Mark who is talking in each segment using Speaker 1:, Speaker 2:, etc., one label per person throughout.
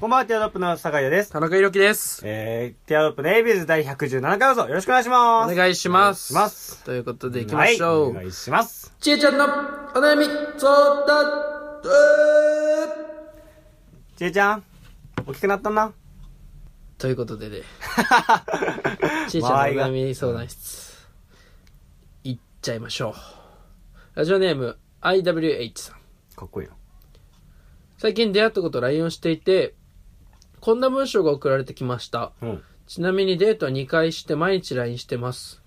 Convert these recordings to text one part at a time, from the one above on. Speaker 1: こんばんは、ティアドロップの坂井です。
Speaker 2: 田中裕樹です。
Speaker 1: えー、ティアドロップネイビーズ第117回放送、よろしくお願いし
Speaker 2: お
Speaker 1: ます。
Speaker 2: 願いします。
Speaker 1: お願いします
Speaker 2: ということで行きましょ
Speaker 1: はい、お
Speaker 2: う。
Speaker 1: 願いします。
Speaker 2: ちえちゃんのお悩み相談
Speaker 1: ちえちゃん、大きくなったな。
Speaker 2: ということ でね、ち
Speaker 1: ち
Speaker 2: えちゃんのお悩み相談室、行っちゃいましょう。ラジオネーム、IWH さん。
Speaker 1: かっこいいな。
Speaker 2: 最近出会ったこと LINE をしていて、こんな文章が送られてきました。
Speaker 1: うん。
Speaker 2: ちなみにデートは2回して毎日 LINE してます。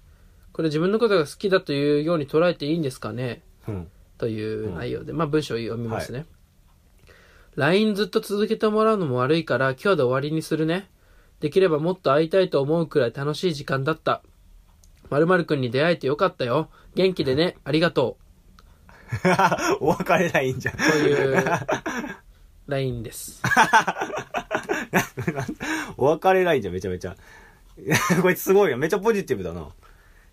Speaker 2: これ自分のことが好きだというように捉えていいんですかね
Speaker 1: うん。
Speaker 2: という内容で、まあ文章を読みますね。LINE ずっと続けてもらうのも悪いから今日で終わりにするね。できればもっと会いたいと思うくらい楽しい時間だった。〇〇くんに出会えてよかったよ。元気でね。ありがと
Speaker 1: お別れないんじゃん。
Speaker 2: う。という LINE です。
Speaker 1: お別れないんじゃん、めちゃめちゃ。 こいつすごいよ。めちゃポジティブだな。っ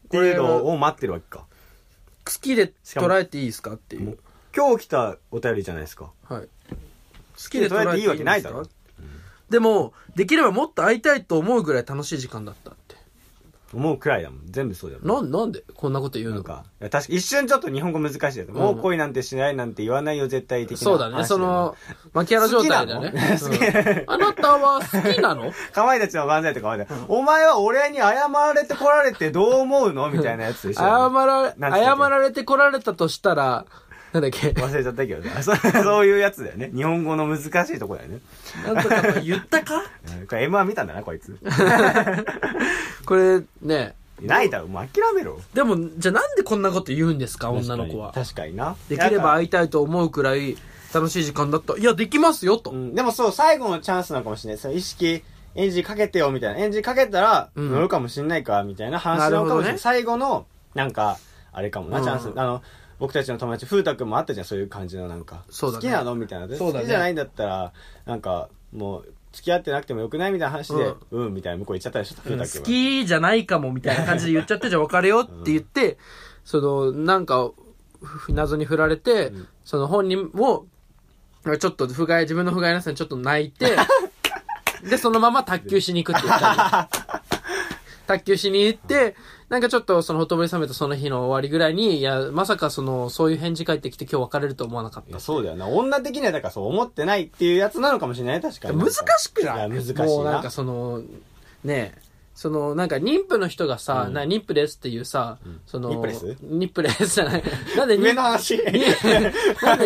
Speaker 1: て
Speaker 2: これは
Speaker 1: いうのを待ってるわけか。
Speaker 2: 好きで
Speaker 1: も
Speaker 2: 捉えていいですかってい
Speaker 1: もう
Speaker 2: う。
Speaker 1: 今日来たお便りじゃないですか。
Speaker 2: はい。好
Speaker 1: きで捉えていいわけないだろ
Speaker 2: 好きで捉えていいんですかでも、できればもっと会いたいと思うぐらい楽しい時間だったって。
Speaker 1: 思うくらいだもん。全部そうだもん。
Speaker 2: なん、なんでこんなこと言う
Speaker 1: なん
Speaker 2: の
Speaker 1: か、いや確か一瞬ちょっと日本語難しいです。もう恋なんてしないなんて言わないよ、絶対的な。
Speaker 2: そうだね。その、、巻き原状態だよね。
Speaker 1: 好きなの好き
Speaker 2: うんあなたは好き なの
Speaker 1: かまいたちの漫才とかまで、お前は俺に謝られてこられてどう思うのみたいなやつでしょ。
Speaker 2: 謝られ、
Speaker 1: なんつったっ
Speaker 2: 謝
Speaker 1: け
Speaker 2: られて来られたとしたら、なんだっけ、
Speaker 1: 忘れちゃったけどね。 そうそういうやつだよね。日本語の難しいとこだよね。
Speaker 2: なんとかと言ったか
Speaker 1: うんこれ M1 見たんだな、こいつ。
Speaker 2: これね、
Speaker 1: ないだろ、もう諦めろ。
Speaker 2: でも、じゃあなんでこんなこと言うんですか、女の子は。
Speaker 1: 確かにな。
Speaker 2: できれば会いたいと思うくらい楽しい時間だった。いや、できますよ、と。
Speaker 1: うん、でもそう、最後のチャンスなのかもしれない。その意識、エンジンかけてよ、みたいな。エンジンかけたら、
Speaker 2: うん
Speaker 1: 乗るかもしれないか、みたいな話
Speaker 2: なる
Speaker 1: なの
Speaker 2: ほ
Speaker 1: かも
Speaker 2: ど
Speaker 1: し
Speaker 2: ね
Speaker 1: れない。最後の、なんか、あれかもな、
Speaker 2: うん
Speaker 1: チャンス。あの、僕たちの友達、風太くんもあったじゃん、そういう感じのなんか。
Speaker 2: そうだね
Speaker 1: 好きなのみたいな。
Speaker 2: そうだ
Speaker 1: 好
Speaker 2: ね
Speaker 1: きじゃないんだったら、なんか、もう、付き合ってなくてもよくないみたいな話で、
Speaker 2: う
Speaker 1: うん
Speaker 2: ん、
Speaker 1: みたいな、向こう行っちゃったでしょ、風
Speaker 2: うん
Speaker 1: 太
Speaker 2: 好
Speaker 1: くんは。
Speaker 2: きじゃないかもみたいな感じで言っちゃって、じゃあ別れようって言って、その、なんか、ふ謎に振られて、その本人も、ちょっと不甲斐、自分の不甲斐なさにちょっと泣いて、で、そのまま卓球しに行くって言ったり卓球しに行って、なんかちょっとそのほとぼり冷めたその日の終わりぐらいに、いや、まさかその、そういう返事返ってきて今日別れると思わなかっ
Speaker 1: い
Speaker 2: た
Speaker 1: や。そうだよな。女的には、だからそう思ってないっていうやつなのかもしれない、確かに。
Speaker 2: 難しくない
Speaker 1: いや難しいな
Speaker 2: もうなんかその、ねえ、その、なんか妊婦の人がさ、な妊婦ですっていうさ、その、
Speaker 1: 妊婦です
Speaker 2: 妊婦ですじゃ ない。なんで妊
Speaker 1: 上の 話。
Speaker 2: なんで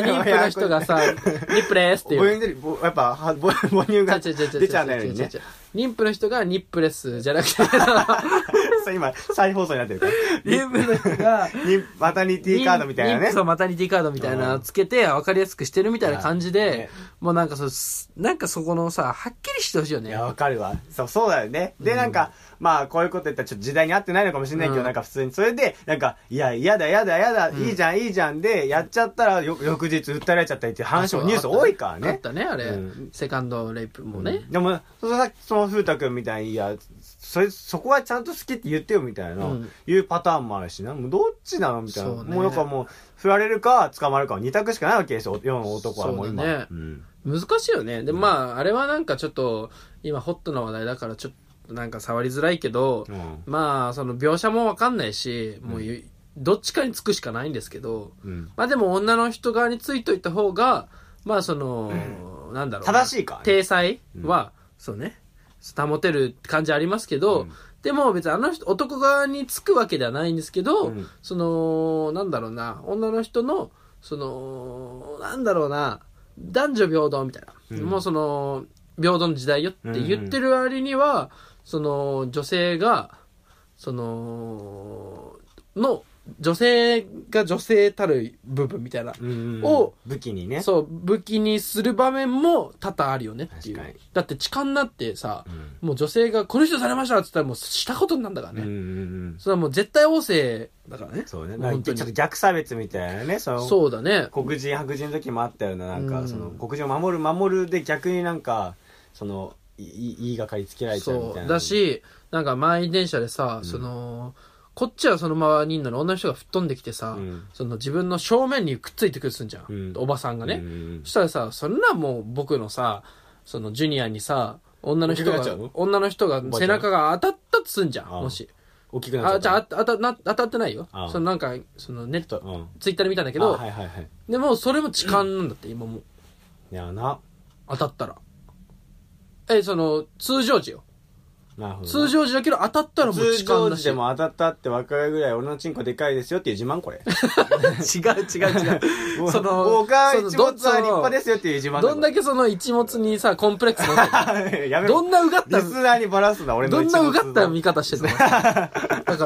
Speaker 2: 妊婦の 人がさ、妊婦ですってい
Speaker 1: 母
Speaker 2: う。
Speaker 1: 乳出る、ぼやっぱ、は母母乳が
Speaker 2: 違う違う違う違う
Speaker 1: 出ちゃわないように
Speaker 2: 違う違
Speaker 1: ね
Speaker 2: う。違う妊婦の人がニップレスじゃな くて、
Speaker 1: そう、今、再放送になって るから。
Speaker 2: 妊婦の人が、
Speaker 1: にマタニティカードみたいな
Speaker 2: 妊
Speaker 1: ね
Speaker 2: 婦。そう、マタニティカードみたいなのつけて、わかりやすくしてるみたいな感じ
Speaker 1: はい
Speaker 2: で
Speaker 1: ね、
Speaker 2: もうなんかそう、すなんかそこのさ、はっきりしてほしいよ
Speaker 1: い
Speaker 2: ね。
Speaker 1: や、わかるわ。そう、そうだよね。で、なんか、まあ、こういうこと言ったらちょっと時代に合ってないのかもしれないけど、
Speaker 2: うん
Speaker 1: なんか普通に、それで、なんか、いや、嫌だ、嫌だ、嫌だ、いいじゃん、いいじゃんで、やっちゃったら、よ翌日訴えられちゃったりっていう話もニュース多いから
Speaker 2: あっ
Speaker 1: ね。
Speaker 2: たね、あれ
Speaker 1: うん。
Speaker 2: セカンドレイプもね。
Speaker 1: でも、そのさっき、その、風太くんみたいに、いや、それ、そこはちゃんと好きって言ってよ、みたいな、
Speaker 2: うん
Speaker 1: いうパターンもあるしな。もう、どっちなのみたいな。
Speaker 2: そうね
Speaker 1: もう、なんかもう、振られるか、捕まるか、二択しかないわけですよ、世の男はもう今。
Speaker 2: そうだね
Speaker 1: ん
Speaker 2: 難しいよね。で、まあ、あれはなんかちょっと、今ホットな話題だからちょっとなんか触りづらいけど、
Speaker 1: うん
Speaker 2: まあ、その描写もわかんないし、もうゆ、どっちかにつくしかないんですけど、
Speaker 1: うん
Speaker 2: まあでも女の人側についといた方が、まあその、なんだろうな。
Speaker 1: 正しいからね
Speaker 2: 体裁は、そうね、保てる感じありますけど、でも別にあの人、男側につくわけではないんですけど、
Speaker 1: うん
Speaker 2: その、なんだろうな、女の人の、その、なんだろうな、男女平等みたいな。
Speaker 1: うん
Speaker 2: もうその、平等の時代よって言ってる割には、その、女性が、その、の、女性が女性たる部分みたいな。
Speaker 1: うん
Speaker 2: を
Speaker 1: 武器にね。
Speaker 2: そう、武器にする場面も多々あるよねってい
Speaker 1: 確か
Speaker 2: う
Speaker 1: に。
Speaker 2: だって痴漢になってさ、
Speaker 1: ん
Speaker 2: もう女性が、この人されましたって言ったらもうしたことになんだからね。
Speaker 1: うんうんうん。
Speaker 2: それはもう絶対王政だからね。
Speaker 1: そうね。
Speaker 2: もう
Speaker 1: なん
Speaker 2: 本
Speaker 1: か
Speaker 2: 当
Speaker 1: ちょっと
Speaker 2: に。
Speaker 1: 逆差別みたいなね。その
Speaker 2: そうだね。
Speaker 1: 黒人、白人の時もあったような、なん
Speaker 2: う
Speaker 1: か、
Speaker 2: ん
Speaker 1: その、黒人を守る、守るで逆になんか、その、いい言いがかりつけられちゃうみ
Speaker 2: そ
Speaker 1: たいな。
Speaker 2: う。だ、し、なんか満員電車でさ、その、こっちはそのままにいんのに女の人が吹っ飛んできてさ、
Speaker 1: うん
Speaker 2: その自分の正面にくっついてくるとすんじゃん。
Speaker 1: うん
Speaker 2: おばさんがね。
Speaker 1: うん
Speaker 2: そしたらさ、そんなもう僕のさ、そのジュニアにさ、女の
Speaker 1: 大
Speaker 2: 人
Speaker 1: きくなっちゃう
Speaker 2: が
Speaker 1: の、
Speaker 2: 女の人が
Speaker 1: おばあちゃん
Speaker 2: 背中が当たったとすんじゃん、
Speaker 1: ああ
Speaker 2: もし。
Speaker 1: 大きくなっちゃ
Speaker 2: あ、
Speaker 1: っ
Speaker 2: じ
Speaker 1: た
Speaker 2: ゃあ、あた、な当たってないよ
Speaker 1: あ。あ
Speaker 2: そのなんか、そのネット、
Speaker 1: うん
Speaker 2: ツイッターで見たんだけ
Speaker 1: あ
Speaker 2: ど、
Speaker 1: はいはいはい
Speaker 2: でもそれも痴漢なんだって、今もう。
Speaker 1: いやな
Speaker 2: 当たったら。え、その、通常時よ。
Speaker 1: なるほどな
Speaker 2: 通常時だけど当たったらもう
Speaker 1: 通
Speaker 2: 痴漢
Speaker 1: 常
Speaker 2: だ
Speaker 1: 時
Speaker 2: し。
Speaker 1: でも当たったって分かるぐらい俺のチンコでかいですよっていう自慢 これ
Speaker 2: 違う違う 違う。その、
Speaker 1: 僕は
Speaker 2: そ
Speaker 1: 一物
Speaker 2: の
Speaker 1: は
Speaker 2: ど
Speaker 1: 立派ですよっていう自慢
Speaker 2: どんだ
Speaker 1: け
Speaker 2: けその一物にさ、コンプレックス持って んの
Speaker 1: やめろ
Speaker 2: どんなうがっ
Speaker 1: リ
Speaker 2: た、
Speaker 1: スナーにバラすな俺の
Speaker 2: どん
Speaker 1: 一
Speaker 2: な
Speaker 1: 物
Speaker 2: うがった見方して んのだか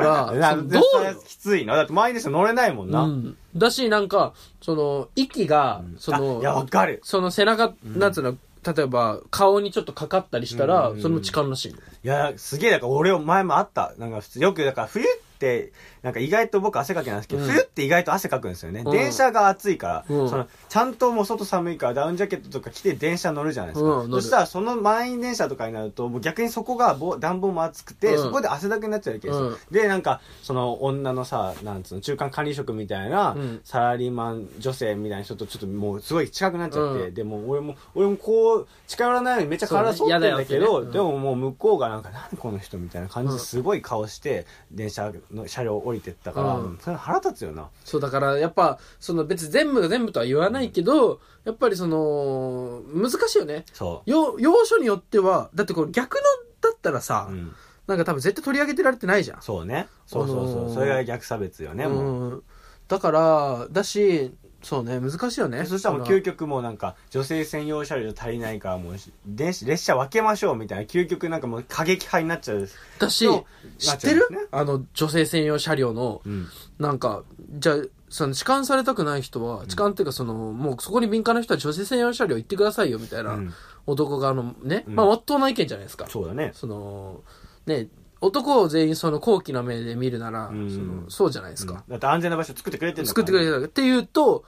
Speaker 2: ら、
Speaker 1: な
Speaker 2: そのどうよ
Speaker 1: きついなだって前にして乗れないもんな、
Speaker 2: うん。だし、なんか、その、息が、そ
Speaker 1: あいやわ
Speaker 2: の、
Speaker 1: かる
Speaker 2: その背中、なんつうの、例えば、顔にちょっとかかったりしたら、それも痴漢らしいの。
Speaker 1: いやすげえだから俺前もあったなんか普通よくだから冬ってなんか意外と僕汗かきなんですけど、
Speaker 2: うん
Speaker 1: 冬って意外と汗かくんですよね、
Speaker 2: うん
Speaker 1: 電車が暑いから、
Speaker 2: うん
Speaker 1: そのちゃんともう外寒いからダウンジャケットとか着て電車乗るじゃないですか、
Speaker 2: うん乗る
Speaker 1: そしたらその満員電車とかになるともう逆にそこがぼ暖房も暑くて、
Speaker 2: うん
Speaker 1: そこで汗だくになっちゃうわけですよ、
Speaker 2: うん
Speaker 1: でなんかその女のさなんつうの中間管理職みたいな、
Speaker 2: うん
Speaker 1: サラリーマン女性みたいな人とちょっともうすごい近くなっちゃって、
Speaker 2: うん
Speaker 1: でもう俺も俺もこう近寄らないようにめっちゃ体反ってんだけど
Speaker 2: そうね嫌だよってねうん
Speaker 1: でももう向こうがなんか、何この人みたいな感じですごい顔して、電車の車両降りてったから、
Speaker 2: うん
Speaker 1: それ腹立つよな。
Speaker 2: そう、だから、やっぱ、その別に全部が全部とは言わないけど、やっぱりその、難しいよね。
Speaker 1: そ
Speaker 2: よ、要所によっては、だってこれ逆のだったらさ
Speaker 1: う。、うん。
Speaker 2: なんか多分絶対取り上げてられてないじゃん。
Speaker 1: そうね。そうそうそうう。
Speaker 2: ん
Speaker 1: それが逆差別よね、もう。
Speaker 2: うん。だから、だし、そうね、難しいよね。
Speaker 1: そしたらもう究極もうなんか女性専用車両足りないからもう電子列車分けましょうみたいな究極なんかもう過激派になっちゃう、
Speaker 2: だし
Speaker 1: の、
Speaker 2: 知って
Speaker 1: なっちゃうんで
Speaker 2: る、
Speaker 1: すね
Speaker 2: あの、女性専用車両の、
Speaker 1: うん、
Speaker 2: なんか、じゃあ、その、痴漢されたくない人は、痴漢っていうか、その、もうそこに敏感な人は女性専用車両行ってくださいよ、みたいな、
Speaker 1: うん
Speaker 2: 男側のね、
Speaker 1: うん
Speaker 2: まあ、まっとうな意見じゃないですか。
Speaker 1: そうだね
Speaker 2: その、ね、男を全員その、高貴な目で見るなら、
Speaker 1: ん
Speaker 2: そのそうじゃないです
Speaker 1: うん
Speaker 2: か。
Speaker 1: だって安全な場所作ってくれてるんだか
Speaker 2: 作
Speaker 1: ら
Speaker 2: ってくれてるって言うと、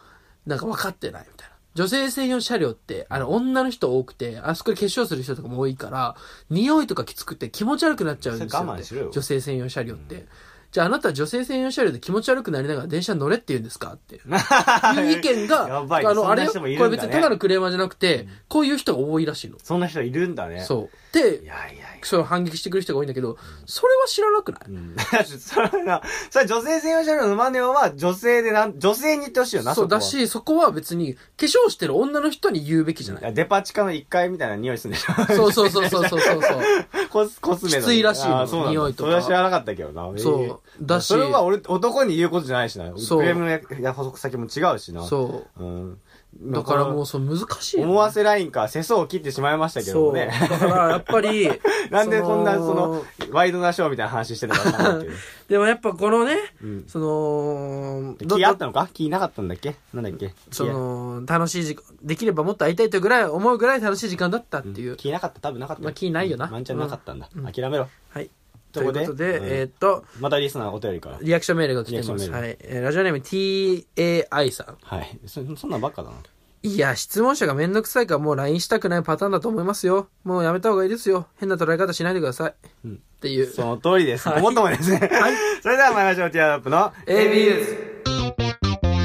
Speaker 2: なんか分かってないみたいな。女性専用車両って、あの、女の人多くて、あそこで化粧する人とかも多いから、匂いとかきつくて気持ち悪くなっちゃうんですよ、
Speaker 1: そ
Speaker 2: ね。
Speaker 1: れ我慢しろよ
Speaker 2: 女性専用車両って。じゃああなたは女性専用車両で気持ち悪くなりながら電車に乗れって言うんですか って。いう意見が、
Speaker 1: やばい
Speaker 2: あの、
Speaker 1: そ
Speaker 2: あ
Speaker 1: ん
Speaker 2: れ
Speaker 1: な
Speaker 2: よ、
Speaker 1: 人もい
Speaker 2: こ
Speaker 1: る
Speaker 2: れ
Speaker 1: んだね
Speaker 2: 別にただのクレーマーじゃなくて、こういう人が多いらしいの。
Speaker 1: そんな人いるんだね
Speaker 2: そう。
Speaker 1: い
Speaker 2: で、
Speaker 1: やいやいや
Speaker 2: その反撃してくる人が多いんだけど、それは知らなくない、
Speaker 1: うん、 それな、それ女性専用車両の真似は女性でなん、女性に言ってほしいよな、
Speaker 2: そう
Speaker 1: こは
Speaker 2: だ。し、そこは別に、化粧してる女の人に言うべきじゃない
Speaker 1: いやデパ地下の1階みたいな匂いするんでしょ
Speaker 2: そうそうそうそうそうそう。
Speaker 1: コス、コスメの。
Speaker 2: きついらしいの
Speaker 1: あーそうなんだ
Speaker 2: 匂いとか
Speaker 1: それは知らなかったけどな。
Speaker 2: そう
Speaker 1: えー
Speaker 2: だし
Speaker 1: それは俺、男に言うことじゃないしな。
Speaker 2: そう
Speaker 1: クレームのやや補足先も違うしな。。
Speaker 2: そう
Speaker 1: うん。
Speaker 2: う。だからも
Speaker 1: う、
Speaker 2: う、そう、難しいよね、
Speaker 1: 思わせラインから世相を切ってしまいましたけど
Speaker 2: そ
Speaker 1: も
Speaker 2: う。だ
Speaker 1: ね。、
Speaker 2: から、やっぱり
Speaker 1: なんでこんな、その、ワイドなショーみたいな話してたのかなっていう。
Speaker 2: でもやっぱこのね、
Speaker 1: うん
Speaker 2: その、
Speaker 1: 気あった
Speaker 2: の
Speaker 1: のか気なかったんだっけなんだっけ
Speaker 2: その、楽しい時間、できればもっと会いたいというぐらい、思うぐらい楽しい時間だったっていう。
Speaker 1: 気なかった多分なかった。
Speaker 2: まあ気ないよな
Speaker 1: 満ちゃんなかったんだ。諦めろ。
Speaker 2: はい。
Speaker 1: と
Speaker 2: と
Speaker 1: い
Speaker 2: いうう
Speaker 1: こ
Speaker 2: こと
Speaker 1: で
Speaker 2: とで、
Speaker 1: うん
Speaker 2: えーっと、
Speaker 1: またリスナーお便りから。
Speaker 2: リアクションメールが来てま
Speaker 1: リアクシ
Speaker 2: す。
Speaker 1: ョンメール
Speaker 2: はい。えーラジオネーム TAI さん。
Speaker 1: はい。そそんなんばっかだな。
Speaker 2: いや、質問者がめんどくさいからもう LINE したくないパターンだと思いますよ。もうやめた方がいいですよ。変な捉え方しないでください。っていう。
Speaker 1: その通りです。もっともですね。 それでは参りましょう。ティアドロップの
Speaker 2: ABUs。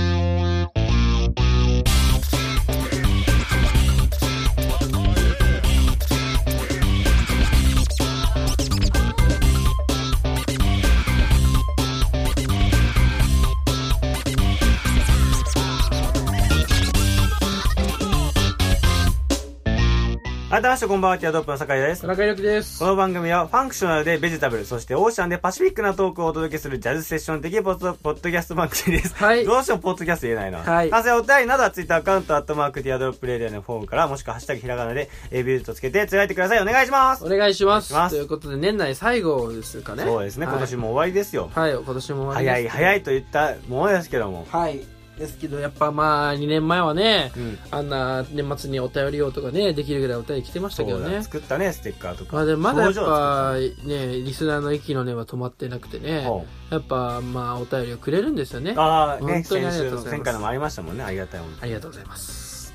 Speaker 1: 改めましてこんばんは、ティアドロップの酒井です
Speaker 2: 田。中裕樹です
Speaker 1: こ。の番組はファンクショナルでベジタブル、そしてオーシャンでパシフィックなトークをお届けするジャズセッション的ポッドポッドキャスト番組です。
Speaker 2: はい
Speaker 1: どうしてもポッドキャスト言えないな。
Speaker 2: はい
Speaker 1: なぜお便りなどはツイッターアカウント、アットマークティアドロップレディアのフォームから、もしくはハッシュタグひらがなで ABUS とつけてつぶやいてください。お願いします。
Speaker 2: お願いします。
Speaker 1: お願いします
Speaker 2: ということで、年内最後ですかね。
Speaker 1: そうですね、
Speaker 2: はい
Speaker 1: 今年も終わりですよ。
Speaker 2: はい、今年も終わ
Speaker 1: 早
Speaker 2: り
Speaker 1: い
Speaker 2: です
Speaker 1: 早いと言ったものですけども。
Speaker 2: はい。ですけど、やっぱまあ、2年前はね、
Speaker 1: うん
Speaker 2: あんな年末にお便りをとかね、できるぐらいお便り来てましたけど
Speaker 1: そうだ
Speaker 2: ね。
Speaker 1: 作ったね、ステッカーとか。
Speaker 2: まあでもまだやっ
Speaker 1: 表情は
Speaker 2: ぱね、リスナーの息の根は止まってなくてね
Speaker 1: ほ、
Speaker 2: やっぱまあお便りをくれるんですよね。あ
Speaker 1: ああ、ね、
Speaker 2: 本当に
Speaker 1: 先
Speaker 2: ありが
Speaker 1: 週
Speaker 2: と
Speaker 1: の
Speaker 2: うございます
Speaker 1: 前回のもありましたもんね、ありがたいもん。
Speaker 2: りがとうございます。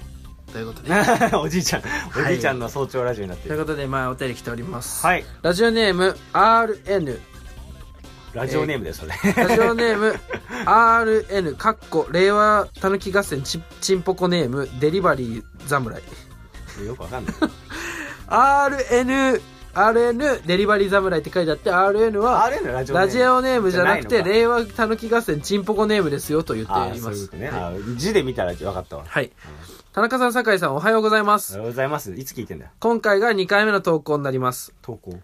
Speaker 2: ということで。
Speaker 1: おじいちゃん、
Speaker 2: い
Speaker 1: おじいちゃんの早朝ラジオになって
Speaker 2: という
Speaker 1: る。
Speaker 2: ことで、まあお便り来ております。
Speaker 1: はい。
Speaker 2: ラジオネーム RN。
Speaker 1: ラジオネームです、それ。
Speaker 2: ラジオネー ム RN かっこ令和たぬき合戦ちちんぽこネームデリバリー侍
Speaker 1: よくわかんない。
Speaker 2: RN、RN、デリバリー侍って書いてあって、RN は、
Speaker 1: RN ラジオネーム
Speaker 2: ラジオネームじゃなく
Speaker 1: じ
Speaker 2: て、
Speaker 1: ゃないのか
Speaker 2: 令和たぬき合戦チンポコネームですよと言
Speaker 1: あ
Speaker 2: っ
Speaker 1: あ
Speaker 2: てい
Speaker 1: そ
Speaker 2: ま
Speaker 1: ういう
Speaker 2: す
Speaker 1: こと。ね、あー字で見たら分かったわあ
Speaker 2: はい。田中さん、酒井さん、おはようございま
Speaker 1: り
Speaker 2: す
Speaker 1: が。とうございますいつ聞いてんだよ
Speaker 2: 今回が2回目の投稿になります。
Speaker 1: 投稿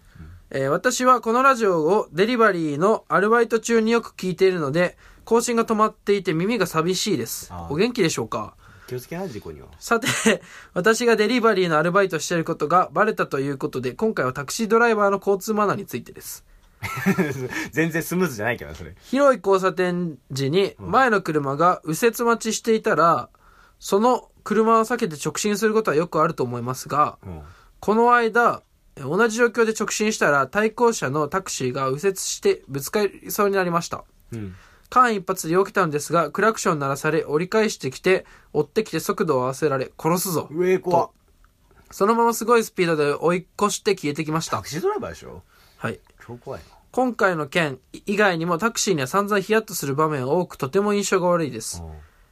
Speaker 2: えー私はこのラジオをデリバリーのアルバイト中によく聞いているので、更新が止まっていて耳が寂しいです
Speaker 1: あ。ー
Speaker 2: お元気でしょうか
Speaker 1: 気をつけな事故には
Speaker 2: さて、私がデリバリーのアルバイトしていることがバレたということで、今回はタクシードライバーの交通マナーについてです。
Speaker 1: 全然スムーズじゃないけどなそれ
Speaker 2: 広い交差点時に前の車が右折待ちしていたら、その車を避けて直進することはよくあると思いますが、
Speaker 1: うん
Speaker 2: この間、え同じ状況で直進したら対向車のタクシーが右折してぶつかりそうになりました。
Speaker 1: うん
Speaker 2: 間一髪で避けたんですが、クラクション鳴らされ折り返してきて、追ってきて速度を合わせられ、殺すぞ。
Speaker 1: 上怖っ
Speaker 2: そのまますごいスピードで追い越して消えてきまし
Speaker 1: タ
Speaker 2: た
Speaker 1: ク。シードライバーでしょ
Speaker 2: はい。
Speaker 1: 超怖いな
Speaker 2: 今回の件以外にもタクシーには散々ヒヤッとする場面が多くとても印象が悪いです。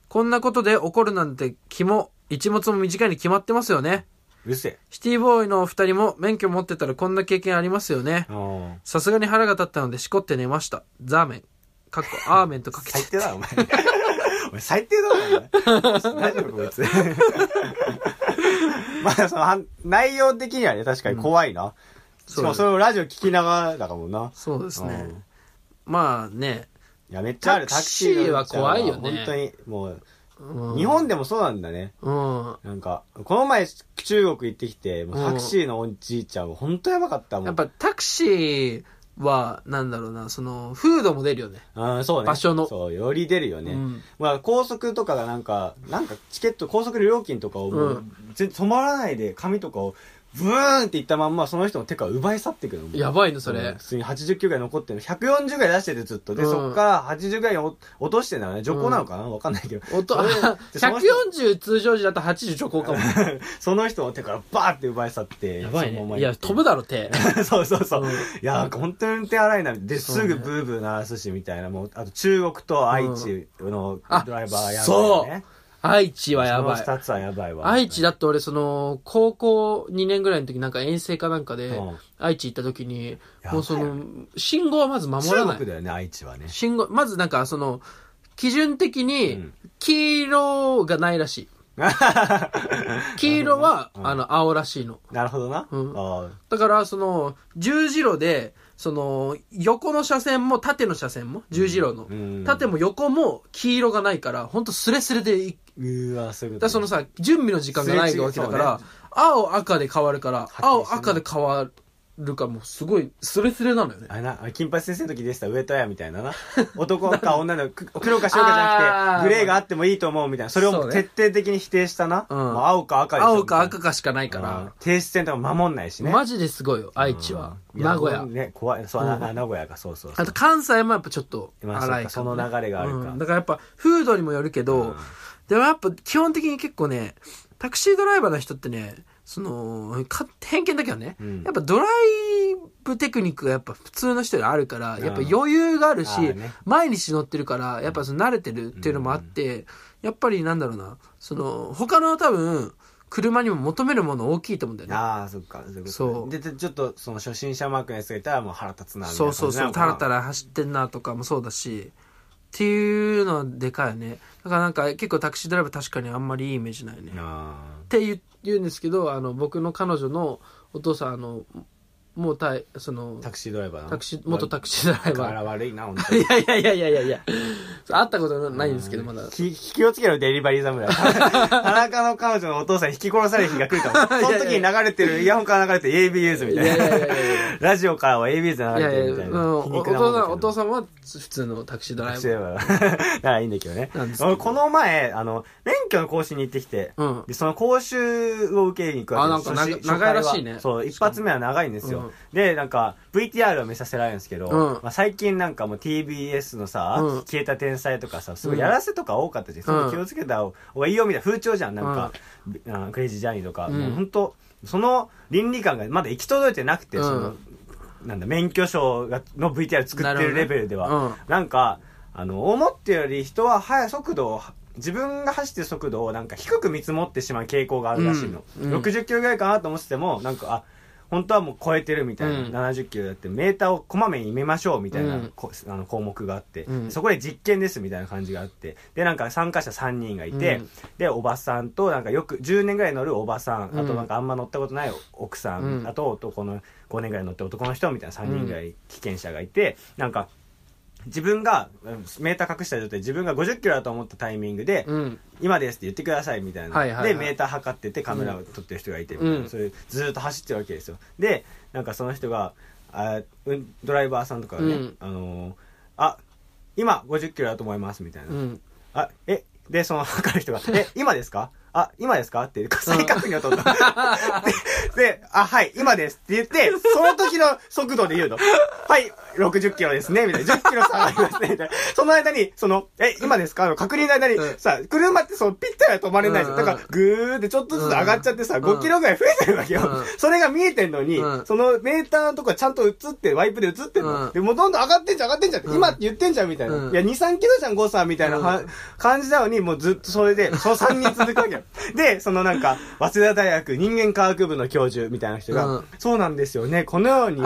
Speaker 2: こんなことで怒るなんて気も、一物も短いに決まってますよね。
Speaker 1: うるせえ
Speaker 2: シティボーイのお二人も免許持ってたらこんな経験ありますよね。
Speaker 1: うん
Speaker 2: さすがに腹が立ったのでしこって寝ました。ザーメン。かっこアーメンとかけて
Speaker 1: 最。低だなお前 お前最低だなお前大丈夫こいつ まあそのはん内容的にはね確かに怖いな、しかもそれをラジオ聞きながらだからもんな
Speaker 2: そうですね。まあね。
Speaker 1: いやめっちゃある
Speaker 2: タクシーは怖いよね
Speaker 1: タクシーの運転は本当にもう、
Speaker 2: うん
Speaker 1: 日本でもそうなんだね
Speaker 2: うん。
Speaker 1: なんかこの前中国行ってきてもうタクシーのおじいちゃんも本当やばかったもん
Speaker 2: やっぱタクシーは、なんだろうな、その、フードも出るよね。
Speaker 1: うんそうね。
Speaker 2: 場所の
Speaker 1: そう、より出るよね。
Speaker 2: うん
Speaker 1: まあ、高速とかがなんか、なんかチケット、高速の料金とかをも
Speaker 2: う
Speaker 1: う、全止まらないで、紙とかを、ブーンっていったまんま、その人の手から奪い去っていくの。もう
Speaker 2: やばいの、それ。
Speaker 1: うん普通に80球ぐらい残ってるの。140ぐらい出しててずっと。で、
Speaker 2: うん
Speaker 1: そっから80ぐらいに落落としてんだよね。徐行なのかなわかんないけど。
Speaker 2: 音、
Speaker 1: それでその人
Speaker 2: 140通常時だと80兆高かも。
Speaker 1: その人の手からバーって奪い去って。そのまま
Speaker 2: い
Speaker 1: 行っ
Speaker 2: や、
Speaker 1: て
Speaker 2: 飛ぶだろ、手。
Speaker 1: そうそうそう。
Speaker 2: うん
Speaker 1: いや、なんか本当に運転荒いな。で、
Speaker 2: そう
Speaker 1: す
Speaker 2: ね
Speaker 1: ぐブーブー鳴らすし、みたいな。もう、あと中国と愛知の
Speaker 2: あ
Speaker 1: ドライバーやばいよ
Speaker 2: そ
Speaker 1: ね。
Speaker 2: う愛知はや
Speaker 1: その
Speaker 2: ばい。
Speaker 1: 二つはやばいわ。
Speaker 2: 愛知だって俺、その、高校2年ぐらいの時なんか遠征かなんかで
Speaker 1: うん、
Speaker 2: 愛知行った時に、
Speaker 1: やばい
Speaker 2: もうその、信号はまず守ら
Speaker 1: 中
Speaker 2: な
Speaker 1: 国
Speaker 2: い。
Speaker 1: だよね、愛知はね。
Speaker 2: 信号、まずなんかその、基準的
Speaker 1: う
Speaker 2: に
Speaker 1: ん、
Speaker 2: 黄色がないらしい。黄色は、あの、青らしいの。
Speaker 1: なるほどな。
Speaker 2: うん
Speaker 1: ああ
Speaker 2: だから、その、十字路で、その、横の車線も縦の車線も、十字路の、
Speaker 1: うん
Speaker 2: 縦も横も黄色がないから、ほんとスレスレでい、
Speaker 1: うーわ、そういう
Speaker 2: だ
Speaker 1: こ
Speaker 2: から
Speaker 1: と
Speaker 2: その
Speaker 1: ね。
Speaker 2: さ、準備の時間がないわけだから、青、赤で変わるから、
Speaker 1: り
Speaker 2: 青、
Speaker 1: してんな
Speaker 2: 赤で変わるから、もうすごい、スレスレなのよね。
Speaker 1: あれな、あれ金八先生の時でした、上戸屋みたいなな。男か女のく黒か白かじゃな
Speaker 2: あー
Speaker 1: くて、グレーがあってもいいと思うみたいな。それ
Speaker 2: そう
Speaker 1: を
Speaker 2: ね
Speaker 1: 徹底的に否定したな。
Speaker 2: うん
Speaker 1: も青か赤でしょ
Speaker 2: 青か
Speaker 1: みた
Speaker 2: 赤
Speaker 1: い
Speaker 2: かしかないか
Speaker 1: なうん
Speaker 2: ら、
Speaker 1: 停止線とか守んないしね。
Speaker 2: マジですごいよ、愛知は。
Speaker 1: うんいや
Speaker 2: 名古屋。
Speaker 1: ね、怖い。そう、
Speaker 2: うん
Speaker 1: ああ名古屋か、そうそうそ
Speaker 2: あ
Speaker 1: う。
Speaker 2: と関西もやっぱちょっと
Speaker 1: まあ
Speaker 2: 荒
Speaker 1: そっ
Speaker 2: い
Speaker 1: かその流れがあるか
Speaker 2: うんだからやっぱ風土にもよるけど、
Speaker 1: うん
Speaker 2: でもやっぱ基本的に結構ね、タクシードライバーの人ってね、その、か偏見だけどね、
Speaker 1: うん
Speaker 2: やっぱドライブテクニックがやっぱ普通の人よりあるから、やっぱ余裕があるし、
Speaker 1: あーね
Speaker 2: 毎日乗ってるから、やっぱその慣れてるっていうのもあって、やっぱりなんだろうな、その、他の多分、車にも求めるもの大きいと思うんだよね。
Speaker 1: ああ、そっか。そういうこと
Speaker 2: そう
Speaker 1: で、でちょっと、その初心者マークのやつがいたら、もう腹立つな、みたい
Speaker 2: そう
Speaker 1: な
Speaker 2: そ
Speaker 1: 感
Speaker 2: う
Speaker 1: じな
Speaker 2: そ
Speaker 1: の
Speaker 2: う、た
Speaker 1: かな。
Speaker 2: らたら走ってんなとかもそうだし、っていうのはでかいよね。だからなんか結構タクシードライバー確かにあんまりいいイメージないね。っ
Speaker 1: あ
Speaker 2: て言う言うんですけど、あの、僕の彼女のお父さん、あの、もうたい、その
Speaker 1: ータ、クシードライバーな。
Speaker 2: タクシー、元タクシードライ
Speaker 1: だか
Speaker 2: バ
Speaker 1: ら悪いな、本当
Speaker 2: ー。
Speaker 1: に。
Speaker 2: いやいやいやいやいやいや、そう会ったことないんですけど、まだ。
Speaker 1: き気をつけろよ、デリバリー 侍。田中の彼女のお父さん引き殺される日が来る かも。その時に流れてる、イヤホンから流れてる ABS み
Speaker 2: いや
Speaker 1: た
Speaker 2: いや
Speaker 1: い
Speaker 2: いやいやい
Speaker 1: な。ラジオからは ABS
Speaker 2: や。い
Speaker 1: 流れて
Speaker 2: やい
Speaker 1: る み
Speaker 2: や
Speaker 1: たい
Speaker 2: うん
Speaker 1: な。
Speaker 2: お
Speaker 1: 皮
Speaker 2: お
Speaker 1: 肉
Speaker 2: 父
Speaker 1: なもんだけ
Speaker 2: さん、
Speaker 1: ど
Speaker 2: お父さんは普通のタクシー ドライバ
Speaker 1: すれば
Speaker 2: ー。
Speaker 1: ならいいんだけどね
Speaker 2: なんです。けど
Speaker 1: 俺、この前、あの、免許の更新に行ってきて、
Speaker 2: うん
Speaker 1: でその講習を受けに行くわけです
Speaker 2: あなんか
Speaker 1: 初
Speaker 2: 長
Speaker 1: 心初
Speaker 2: 長い
Speaker 1: 回
Speaker 2: ら
Speaker 1: は
Speaker 2: しいね
Speaker 1: そう、一発目は長いんですよ。
Speaker 2: うん
Speaker 1: で、なんか、VTR を見させられるんですけど、
Speaker 2: うん
Speaker 1: まあ、最近なんかもう TBS のさ、
Speaker 2: うん
Speaker 1: 消えた天才とかさ、すごいやらせとか多かったし、すごい気をつけた方がいいよみたいな風潮じゃん。なんか、あクレイジージャーニーとか、
Speaker 2: うん
Speaker 1: もう本当その倫理観がまだ行き届いてなくて、
Speaker 2: うん
Speaker 1: その、なんだ、免許証がの VTR 作ってるレベルでは。
Speaker 2: なるほどねうん
Speaker 1: なんか、あの、思ったより人は速い速度を自分が走ってる速度をなんか低く見積もってしまう傾向があるらしいの、
Speaker 2: うんうん
Speaker 1: 60キロぐらいかなと思っててもなんかあ本当はもう超えてるみたいな、
Speaker 2: うん
Speaker 1: 70キロだってメーターをこまめに見ましょうみたいな、
Speaker 2: うん
Speaker 1: こあの項目があって、
Speaker 2: うん
Speaker 1: そこで実験ですみたいな感じがあってでなんか参加者3人がいて、
Speaker 2: うん
Speaker 1: でおばさんとなんかよく10年ぐらい乗るおばさん、あ
Speaker 2: う
Speaker 1: と
Speaker 2: ん
Speaker 1: なんかあんま乗ったことない奥さん、
Speaker 2: うん
Speaker 1: あと男の5年ぐらい乗って男の人みたいな3人ぐらい被験者がいて、なんか自分がうんメーター隠した状態で自分が50キロだと思ったタイミングで、
Speaker 2: うん。
Speaker 1: 今ですって言ってくださいみたいな、
Speaker 2: はいはいはい
Speaker 1: でメーター測っててカメラを撮ってる人がいてみたいな、
Speaker 2: うん
Speaker 1: それずーっと走ってるわけですよでなんかその人があうんドライバーさんとかがね、
Speaker 2: うん
Speaker 1: あのーあ今50キロだと思いますみたいな、
Speaker 2: うん。
Speaker 1: あえでその測る人が「え今ですか あ今ですか?」って再確認を取った、 でであはい今です」って言ってその時の速度で言うの「はい60キロですね」みたいな「10キロ下がりますね」みたいなその間にその「え今ですか?」の確認の間に
Speaker 2: うん
Speaker 1: さ車ってそのピッタリは止まれないじゃん
Speaker 2: うんう
Speaker 1: だ
Speaker 2: ん
Speaker 1: からグーってちょっとずつ上がっちゃってさ
Speaker 2: うん
Speaker 1: 5キロぐらい増えてるわけよ
Speaker 2: うん
Speaker 1: それが見えてんのに
Speaker 2: うん
Speaker 1: そのメーターのとこちゃんと映ってワイプで映ってん
Speaker 2: う
Speaker 1: の
Speaker 2: ん
Speaker 1: でもうどんどん上がってんじゃん上がってんじゃんって今って言ってんじゃんみたいな
Speaker 2: うん
Speaker 1: いや23キロじゃん誤差みたいなは
Speaker 2: うん
Speaker 1: 感じなのに、もうずっとそれ で、その3人続くわけよ。で、そのなんか、早稲田大学人間科学部の教授みたいな人が、
Speaker 2: うん
Speaker 1: そうなんですよね、このように、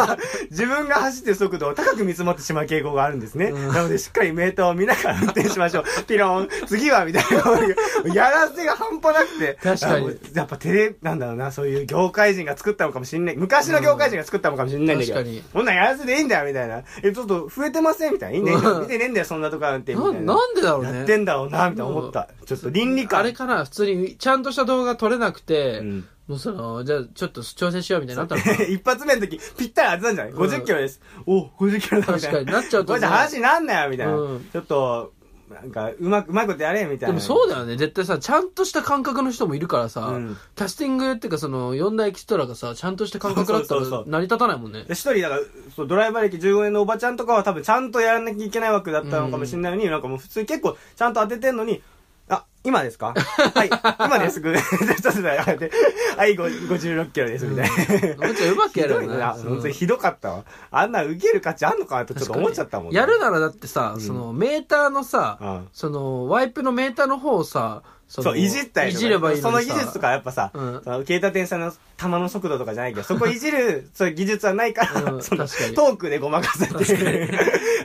Speaker 1: 自分が走ってる速度を高く見積もってしまう傾向があるんですね。
Speaker 2: うん
Speaker 1: なので、しっかりメーターを見ながら運転しましょう。ピローン、次は、みたいなこういう。やらせが半端なくて。
Speaker 2: 確かに
Speaker 1: あのやっぱテレ、なんだろうな、そういう業界人が作ったのかもしんない。昔の業界人が作ったのかもしんないんだけど。
Speaker 2: うん確かに
Speaker 1: こんなんやらせでいいんだよ、みたいな。え、ちょっと増えてませんみたいな。いいね。
Speaker 2: うん
Speaker 1: 見てねえんだよ、そんなとこなんて。みた
Speaker 2: ない
Speaker 1: な。
Speaker 2: なんでだろう
Speaker 1: や
Speaker 2: ね
Speaker 1: ってんだろうな、みたいな思った。ちょっと倫理観。
Speaker 2: あれかな普通にちゃんとした動画撮れなくて、
Speaker 1: うん
Speaker 2: もうそのじゃあちょっと調整しようみたいになったのか
Speaker 1: 一発目の時、ぴったり当てたんじゃない ?50 キロです。お50キロだみたいな。
Speaker 2: 確かになっちゃうと
Speaker 1: これじゃ話になんなよ、みたいな。
Speaker 2: うん
Speaker 1: ちょっと、なんか、うまく、うまいことやれ、みたい
Speaker 2: で
Speaker 1: な。
Speaker 2: もそうだよね絶対さちゃんとした感覚の人もいるからさ、
Speaker 1: うん
Speaker 2: キャスティングっていうかその四大エキストラがさちゃんとした感覚だった
Speaker 1: そう
Speaker 2: ら
Speaker 1: そうそうそう
Speaker 2: 成り立たない もんね
Speaker 1: で一人、だから、そうドライバー歴15年のおばちゃんとかは多分ちゃんとやらなきゃいけない枠だったのかもしれないのに、なんかもう普通に結構ちゃんと当ててんのに、あ、今です かはい、今です。ぐちょっとだけではい、ご56キロです、みたいな。
Speaker 2: もうちょいうまくやるよ
Speaker 1: ひど
Speaker 2: ね
Speaker 1: いな
Speaker 2: うん
Speaker 1: 本当にひどかったわ。あんな受ける価値あんのかなってちょっと思っちゃったもんね
Speaker 2: やるならだってさ、そのメーターのさ、
Speaker 1: うん
Speaker 2: そのワイプのメーターの方をさその
Speaker 1: そう、いじったり
Speaker 2: い
Speaker 1: とか
Speaker 2: じればいい
Speaker 1: その
Speaker 2: に
Speaker 1: 技
Speaker 2: さ
Speaker 1: 術とかやっぱさ、
Speaker 2: うん
Speaker 1: その携帯店さんの球の速度とかじゃないけど、そこいじ る、そういう技術はないから、
Speaker 2: うん
Speaker 1: そのト
Speaker 2: 確かに
Speaker 1: ークでごまかせていう、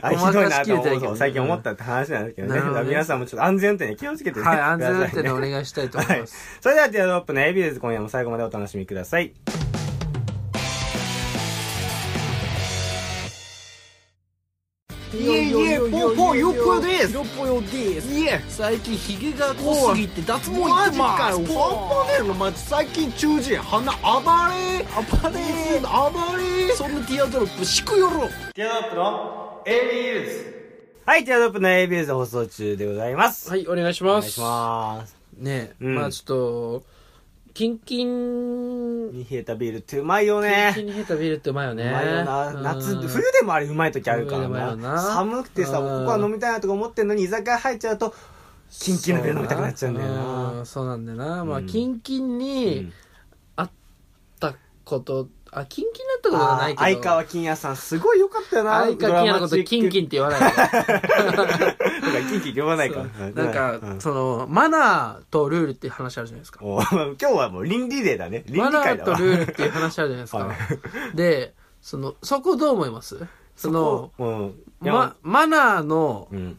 Speaker 1: あ、
Speaker 2: ご
Speaker 1: ひ
Speaker 2: ま
Speaker 1: どい
Speaker 2: かし
Speaker 1: な
Speaker 2: き
Speaker 1: と
Speaker 2: れてないけど
Speaker 1: 思
Speaker 2: ね
Speaker 1: う、そう最近思ったって話なんですけどね。
Speaker 2: なるほどね
Speaker 1: 皆さんもちょっと安全運転に気をつけてね。
Speaker 2: はい安全運
Speaker 1: くださ
Speaker 2: 転
Speaker 1: いね
Speaker 2: でお願いしたいと思
Speaker 1: はいい
Speaker 2: ます、。
Speaker 1: それでは、ティアドロップのエビです。今夜も最後までお楽しみください。
Speaker 3: よっぽよです
Speaker 2: いえ最近ヒゲが
Speaker 3: 濃すぎ
Speaker 2: て脱
Speaker 3: もうマジかよ半端ねえのマジ最近中耳鼻暴れ暴れ暴れそんなティアドロップ敷くよろ
Speaker 1: ティアドロップのエビです。はい、ティアドロップのエビです。放送中でございます。
Speaker 2: はいお願いし
Speaker 1: お
Speaker 2: ま
Speaker 1: 願い
Speaker 2: す
Speaker 1: します。
Speaker 2: ねえ、
Speaker 1: うん
Speaker 2: まあちょっとキンキン
Speaker 1: に冷えたビールってうまいよね。
Speaker 2: キンキンに冷えたビールってうまいよね
Speaker 1: うまいよな夏
Speaker 2: うん
Speaker 1: 冬でもあれうまい時あるから
Speaker 2: 冬でもあ
Speaker 1: な
Speaker 2: るな
Speaker 1: 寒くてさ
Speaker 2: うん
Speaker 1: ここは飲みたいなとか思ってんのに居酒屋入っちゃうとキンキンのビール飲みたくなっちゃうんだよ
Speaker 2: う
Speaker 1: なん
Speaker 2: そうなんだよな、
Speaker 1: う
Speaker 2: まあ
Speaker 1: ん
Speaker 2: キンキン
Speaker 1: うん
Speaker 2: にあったことあキンキンだったことは
Speaker 1: あ
Speaker 2: ない
Speaker 1: ー
Speaker 2: けど
Speaker 1: 相川金也さんすごい良かったよな
Speaker 2: 相川金也のことキンキン
Speaker 1: ン
Speaker 2: って言わないから
Speaker 1: キンキン呼ばないから
Speaker 2: そう
Speaker 1: う
Speaker 2: なんか、
Speaker 1: うん
Speaker 2: そのマナーとルールっていう話あるじゃないですか
Speaker 1: お今日はもう倫理デーだね倫
Speaker 2: マ
Speaker 1: 理
Speaker 2: ナ
Speaker 1: 会
Speaker 2: ー
Speaker 1: だ
Speaker 2: と
Speaker 1: わ
Speaker 2: ルールっていう話あるじゃないですか、
Speaker 1: はい
Speaker 2: でそのそこどう思いますその
Speaker 1: うんいや
Speaker 2: ま、マナーの、
Speaker 1: うん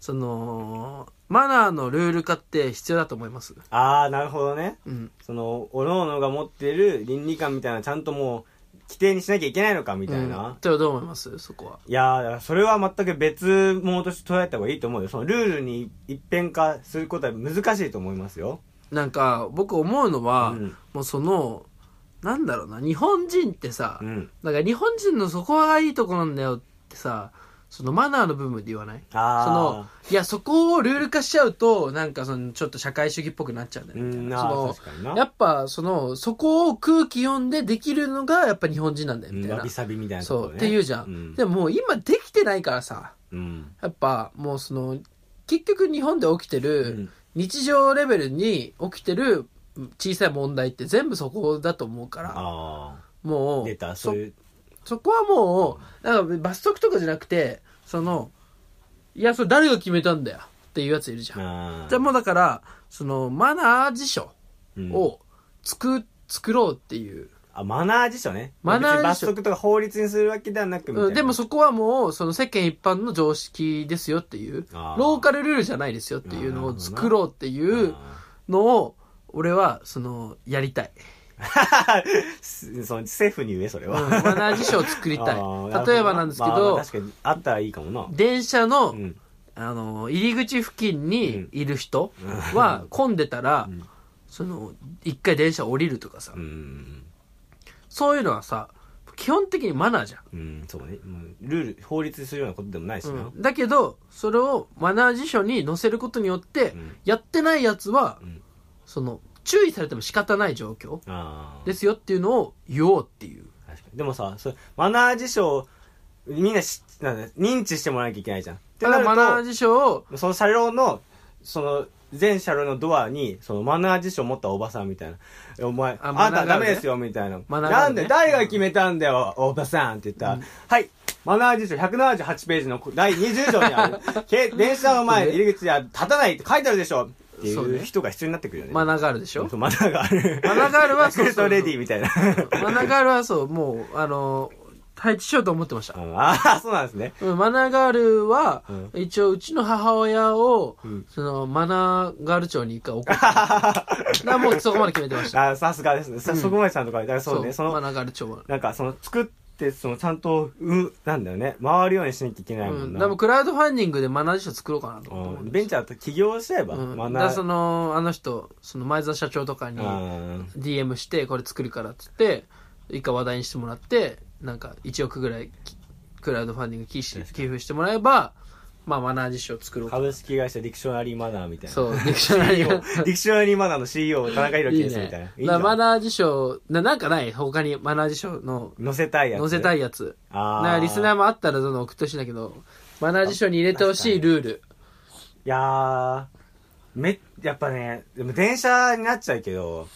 Speaker 2: その、マナーのルール化って必要だと思います。
Speaker 1: ああなるほどね
Speaker 2: うん。
Speaker 1: そのおののが持ってる倫理観みたいなちゃんともう規定にしなきゃいけないのかみたい
Speaker 2: うん
Speaker 1: な
Speaker 2: ってどう思いますそこは。
Speaker 1: いやーだからそれは全く別物として捉えた方がいいと思うよそのルールに一変化することは難しいと思いますよ
Speaker 2: なんか、僕思うのは、
Speaker 1: うん
Speaker 2: もうその、なんだろうな、日本人ってさ、
Speaker 1: うん
Speaker 2: なんか日本人のそこがいいとこなんだよってさ、そのマナーの部分で言わないその
Speaker 1: ああ、
Speaker 2: いや、そこをルール化しちゃうと、なんかその、ちょっと社会主義っぽくなっちゃうんだよね。
Speaker 1: うん
Speaker 2: みたい
Speaker 1: あ
Speaker 2: な
Speaker 1: ー
Speaker 2: そ
Speaker 1: 確かに
Speaker 2: の、
Speaker 1: な
Speaker 2: やっぱ、その、そこを空気読んでできるのが、やっぱ日本人なんだよ、み
Speaker 1: うん
Speaker 2: たい
Speaker 1: わ
Speaker 2: な
Speaker 1: び。さびみたいなと
Speaker 2: そ
Speaker 1: こ
Speaker 2: う、
Speaker 1: ね
Speaker 2: っていうじゃん。
Speaker 1: うん
Speaker 2: でももう今できてないからさ、
Speaker 1: うん
Speaker 2: やっぱもうその、結局日本で起きて
Speaker 1: う
Speaker 2: る
Speaker 1: ん、
Speaker 2: 日常レベルに起きてる小さい問題って全部そこだと思うから、
Speaker 1: あ
Speaker 2: も
Speaker 1: あ
Speaker 2: う、
Speaker 1: 出た
Speaker 2: そ
Speaker 1: そういう
Speaker 2: そこはもう、なんか罰則とかじゃなくて、その、いや、それ誰が決めたんだよ。っていうやついるじゃん。
Speaker 1: あ
Speaker 2: じゃあもうだから、その、マナー辞書
Speaker 1: うん
Speaker 2: を作、作ろうっていう。
Speaker 1: あ、マナー辞書ね。
Speaker 2: マナ
Speaker 1: 別
Speaker 2: ー辞書
Speaker 1: に罰則とか法律にするわけではなくみたいな、
Speaker 2: うんでもそこはもう、その世間一般の常識ですよっていう、
Speaker 1: あー
Speaker 2: ローカルルールじゃないですよっていうのを作ろうってい
Speaker 1: うん
Speaker 2: うのを、俺は、その、やり たい。
Speaker 1: すその政府に言え、それ
Speaker 2: うん、マ
Speaker 1: は。
Speaker 2: ナー辞書を作りた
Speaker 1: あ
Speaker 2: い。
Speaker 1: ー
Speaker 2: 例えばなんですけ
Speaker 1: まあま
Speaker 2: ど
Speaker 1: あ、確かに、あったらいいかもな。
Speaker 2: 電車の、
Speaker 1: うん。
Speaker 2: あの、入り口付近にいる人
Speaker 1: うん
Speaker 2: は混んでたら、その、一回電車降りるとかさ
Speaker 1: う、ん。
Speaker 2: そういうのはさ、基本的にマナーじゃん。
Speaker 1: うん、そうね。もうルール、法律にするようなことでもないしな。
Speaker 2: だけど、それをマナー辞書に載せることによって
Speaker 1: ん、
Speaker 2: やってないやつは
Speaker 1: ん、
Speaker 2: その、注意されても仕方ない状況
Speaker 1: ああ。
Speaker 2: ですよっていうのを言おうっていう。
Speaker 1: 確かに。でもさ、それマナー辞書を、みんなしなんだ認知してもらわなきゃいけないじゃん。って
Speaker 2: だ
Speaker 1: な
Speaker 2: から
Speaker 1: る
Speaker 2: マナ
Speaker 1: と、
Speaker 2: ー辞書を、
Speaker 1: その車両の、その、全車両のドアに、そのマナー辞書を持ったおばさんみたいな。えお前、
Speaker 2: あ
Speaker 1: あ
Speaker 2: マ
Speaker 1: ん
Speaker 2: ナー
Speaker 1: た
Speaker 2: が
Speaker 1: ダ
Speaker 2: あるね
Speaker 1: メですよ、みたいな。
Speaker 2: マナーがあ
Speaker 1: な
Speaker 2: る
Speaker 1: ん
Speaker 2: ね
Speaker 1: で、誰が決めたんだよ、おばさんって言ったら、はい、マナー辞書178ページの第20条にあ る。け電車の前、入り口には立たないって書いてあるでしょってい
Speaker 2: そうね
Speaker 1: う人が必要になってくるよね。
Speaker 2: マナーガールでしょ
Speaker 1: そうマナーがある。
Speaker 2: マナーがあるは
Speaker 1: ヤクルトレディみたいな。
Speaker 2: マナーガールはそう、もう、あの、配置しようと思ってました。
Speaker 1: ああ、そうなんですね。
Speaker 2: うんマナーガールは、
Speaker 1: うん
Speaker 2: 一応うちの母親を、
Speaker 1: ん
Speaker 2: そのマナーガール長に一回怒った なもうそこまで決めてました
Speaker 1: あさすがですね。さそこまでちゃんと書いて、だから そうね、そ
Speaker 2: マ
Speaker 1: の、
Speaker 2: ナーガール長は、
Speaker 1: なんかその、作って、その、ちゃんと、うん、なんだよね。回るようにしなきゃいけな
Speaker 2: う
Speaker 1: いもん
Speaker 2: ん、
Speaker 1: な。
Speaker 2: でもクラウドファンディングでマナー辞書作ろうかなと思
Speaker 1: う
Speaker 2: っ
Speaker 1: ん
Speaker 2: て、
Speaker 1: ベンチャーと起業しちゃえば、
Speaker 2: うん、
Speaker 1: まあ
Speaker 2: だから
Speaker 1: な、
Speaker 2: そのあの人その前澤社長とかに
Speaker 1: うん、
Speaker 2: DM してこれ作るからっつって一回話題にしてもらってなんか1億ぐらいきクラウドファンディング寄付寄付してもらえばまあマナー辞書作ろうか
Speaker 1: 株式会社ディクショナリーマナーみたいな。
Speaker 2: そうディクショナリ
Speaker 1: CEO デ
Speaker 2: ー
Speaker 1: ィクショナリーマナーの CEO、田中
Speaker 2: い
Speaker 1: 宏
Speaker 2: い
Speaker 1: 樹
Speaker 2: ね。
Speaker 1: ですみたいな。いいんじ
Speaker 2: だ
Speaker 1: ゃ
Speaker 2: からマ
Speaker 1: ん
Speaker 2: ナー辞書、ななんかない他にマナー辞書の
Speaker 1: 載せたいやつ。
Speaker 2: 載せた
Speaker 1: い。
Speaker 2: いやつ。
Speaker 1: あー
Speaker 2: なリスナーもあったらどんどん送ってほしいんだけど、マナー辞書に入れてほしいルール。
Speaker 1: いやー、め、やっぱね、でも電車になっちゃうけど、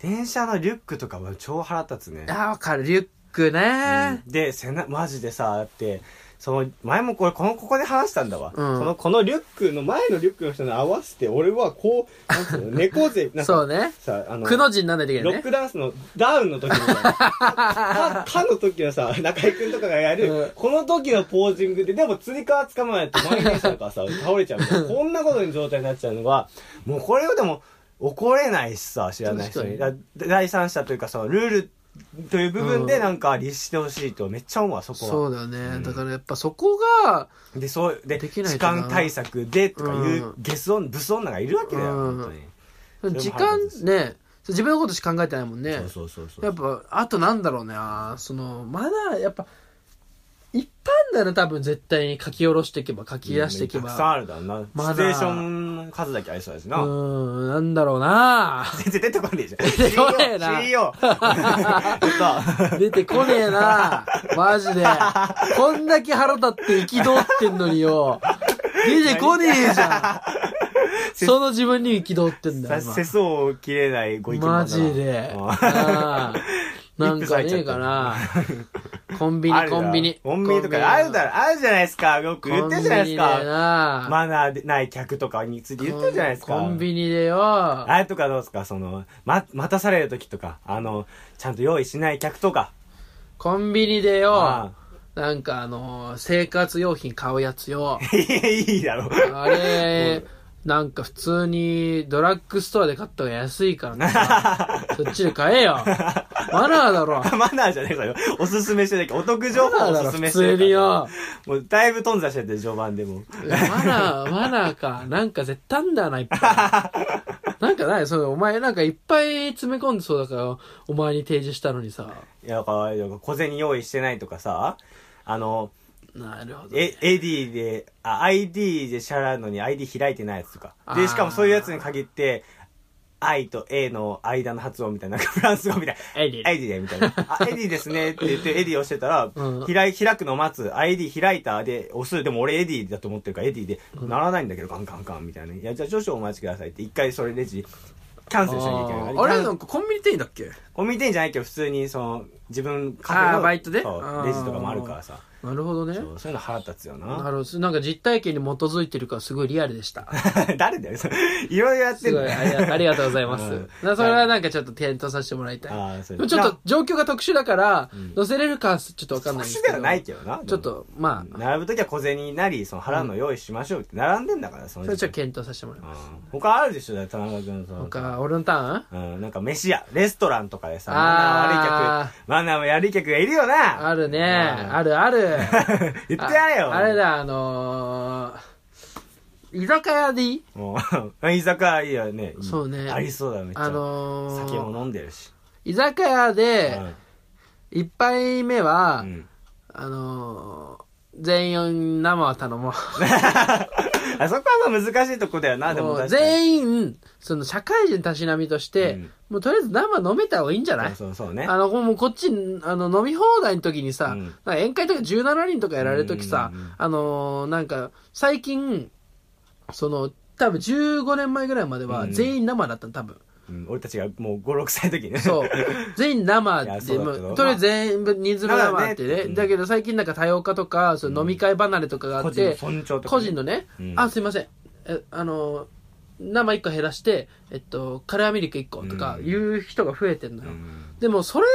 Speaker 1: 電車のリュックとかは超腹立つね。
Speaker 2: ああ、わかる。リュックね。
Speaker 1: で背なマジでさだってその前もこれこのここで話したんだわ、
Speaker 2: うん
Speaker 1: そのこのリュックの前のリュックの人に合わせて俺はこうなんつうの猫背なんか
Speaker 2: そうね。
Speaker 1: さあの
Speaker 2: くの字になんないといけな
Speaker 1: ロ
Speaker 2: い
Speaker 1: ッ
Speaker 2: ね。
Speaker 1: クダンスのダウンの時み たいな。か、かの時のさ、中井くんとかがやる、
Speaker 2: うん
Speaker 1: この時のポージングで、でも釣り革捕まえて前にしたのからさ、倒れちゃうみたいな。こんなことに状態になっちゃうのは、もうこれをでも怒れないしさ、知らない人に。
Speaker 2: 確か
Speaker 1: だ第三者というかそのルールという部分でなんか律してほしいとめっちゃ思うわ、そこ
Speaker 2: そ
Speaker 1: は。
Speaker 2: うだよね、
Speaker 1: ん
Speaker 2: だからやっぱそこが、
Speaker 1: で、そう、で、
Speaker 2: できない
Speaker 1: 時
Speaker 2: とな
Speaker 1: 間対策でとかいううんゲス音、ブス女がいるわけだよ、
Speaker 2: うん
Speaker 1: 本当に。れも
Speaker 2: 時間
Speaker 1: 腹立つ
Speaker 2: ね、そう自分のことしか考えてないもんね。
Speaker 1: そうそうそうそう。
Speaker 2: やっぱ、あとなんだろうね、あーその、マナー、やっぱ、一般だね、多分絶対に書き下ろしていけば、書き出していけば。
Speaker 1: たくさんあるだろうな。
Speaker 2: まだ
Speaker 1: シチュエーションの数だけありそうですな。
Speaker 2: うーん、なんだろうな
Speaker 1: 全然出てこねえじゃん。
Speaker 2: 出てこねえな
Speaker 1: CEO。CEO
Speaker 2: 出てこねえなマジで。こんだけ腹立って憤ってんの によ。出てこねえじゃん。その自分に憤ってんだよ
Speaker 1: さ、世相を切れないご意見
Speaker 2: 今。マジで。なあなんかねえかな コンビニ、コンビニ。
Speaker 1: コンビニとかあるだろ、あるじゃないですか。よく言ってるじゃないです
Speaker 2: コンビニ
Speaker 1: か。
Speaker 2: でな
Speaker 1: マナーでない客とかについて言ってるじゃないですか。
Speaker 2: コンビニでよ。
Speaker 1: あれとかどうですかその、ま、待たされる時とか、あの、ちゃんと用意しない客とか。
Speaker 2: コンビニで
Speaker 1: あ
Speaker 2: よ。なんかあのー、生活用品買うやつ よ。
Speaker 1: あいいだろ。
Speaker 2: あれ、なんか普通にドラッグストアで買った方が安い からな。そっちで買えよ。マナーだろ。
Speaker 1: マナーじゃねえかよ。おすすめしてないけど、お得情報
Speaker 2: マ
Speaker 1: を
Speaker 2: ナー
Speaker 1: おす
Speaker 2: だろ、
Speaker 1: す
Speaker 2: 普
Speaker 1: めして
Speaker 2: 通
Speaker 1: るか
Speaker 2: に
Speaker 1: ら。
Speaker 2: よ。
Speaker 1: もうだいぶ頓挫してて、序盤でも。
Speaker 2: マナー、マナーか。なんか絶対あんだよな、いっ ぱい。なんかない、それ、お前なんかいっぱい詰め込んでそうだから、お前に提示したのにさ。
Speaker 1: いや、かわいいよ。小銭用意してないとかさ、あの、
Speaker 2: なるほど、
Speaker 1: え
Speaker 2: ね。、
Speaker 1: AD で、あ、ID で支払うのに ID 開いてないやつとか。
Speaker 2: あ
Speaker 1: で、
Speaker 2: ー
Speaker 1: しかもそういうやつに限って、I と A の間の発音みたいな、なんかフランス語みたいな。
Speaker 2: ID
Speaker 1: で、みたいな。あ、ID ですねって言って、エディをしてたら、
Speaker 2: うん
Speaker 1: 開い開くの待つ、ID 開いたで押す、でも俺エディだと思ってるから、エディで、ならないんだけど、ガンガンガンみたいな。いや、じゃあ少々お待ちくださいって、一回それレジ、キャンセルしなきゃいけない。
Speaker 2: あーあれなんかコンビニ店員だっけ
Speaker 1: コンビニ店じゃないけど、普通に、その、自分カフェ
Speaker 2: あ
Speaker 1: の
Speaker 2: ーバイトで
Speaker 1: そう
Speaker 2: あー
Speaker 1: レジとかもあるからさ
Speaker 2: なるほどね。
Speaker 1: そ
Speaker 2: な
Speaker 1: うそういうの腹立つよな
Speaker 2: るほど。なんか実体験に基づいてるからすごいリアルで した。
Speaker 1: 誰だよそれいろいろやって
Speaker 2: す
Speaker 1: ん
Speaker 2: ご
Speaker 1: だ
Speaker 2: い
Speaker 1: よ
Speaker 2: ありがありがとうございます。
Speaker 1: うん
Speaker 2: だからそれはなんかちょっと検討させてもらいた
Speaker 1: あー
Speaker 2: い。
Speaker 1: そ
Speaker 2: で
Speaker 1: う
Speaker 2: もちょっと状況が特殊だから、乗せれるかちょっとわかんないんで
Speaker 1: 腰
Speaker 2: す
Speaker 1: で
Speaker 2: け
Speaker 1: は
Speaker 2: ど。
Speaker 1: ないけどな
Speaker 2: ちょっと、まあ、
Speaker 1: 並ぶ時は小銭なりその腹の用意しましょうって並んでんだからその
Speaker 2: それ
Speaker 1: 時
Speaker 2: ちょっと検討させてもらいます。
Speaker 1: うん他あるでしょだって田中君その
Speaker 2: 他、俺のターン
Speaker 1: うん、なんか飯屋、レストランとかでさ、マナー悪
Speaker 2: あ
Speaker 1: い客、マナーも悪い客がいるよな
Speaker 2: あるね。
Speaker 1: あ
Speaker 2: あるある。
Speaker 1: 言ってやれよ
Speaker 2: ああれだ、あのー、居酒屋でいい
Speaker 1: もう、 居酒屋いいよね。
Speaker 2: そうね
Speaker 1: ありそうだよ、めっちゃ。
Speaker 2: あのー
Speaker 1: 酒も飲んでるし。
Speaker 2: 居酒屋で、
Speaker 1: うん
Speaker 2: 一杯目は、
Speaker 1: うん。
Speaker 2: あのー、全員生は頼もう。
Speaker 1: あそこは まあ難しいとこだよな、でも
Speaker 2: もう
Speaker 1: 確かに。
Speaker 2: 全員、その社会人たしなみとして、
Speaker 1: うん
Speaker 2: もうとりあえず生飲めた方がいいんじゃない
Speaker 1: そうそうそうね。
Speaker 2: あの、もうこっち、あの、飲み放題の時にさ、
Speaker 1: うん
Speaker 2: なんか宴会とか17人とかやられる時さ、
Speaker 1: うんうんうん
Speaker 2: あのーなんか、最近、その、多分15年前ぐらいまでは
Speaker 1: うん
Speaker 2: 全員生だったの、多分。
Speaker 1: うん俺たちがもう5、6歳の時にね。
Speaker 2: そう。全員生
Speaker 1: い
Speaker 2: で
Speaker 1: やそうだけど
Speaker 2: もうとりあえず全部人数分生って
Speaker 1: まあね
Speaker 2: ね。
Speaker 1: うん
Speaker 2: だけど最近なんか多様化とか、その飲み会離れとかがあ
Speaker 1: 個
Speaker 2: っ
Speaker 1: 人の
Speaker 2: て、
Speaker 1: 尊重とか。
Speaker 2: 個人の。ね、
Speaker 1: うん
Speaker 2: あ、すいません。え、あの、生1個減らして、えっと、カレーアミルク1個とか
Speaker 1: うん
Speaker 2: いう人が増えてんの
Speaker 1: う
Speaker 2: よ。
Speaker 1: ん。
Speaker 2: でもそれ、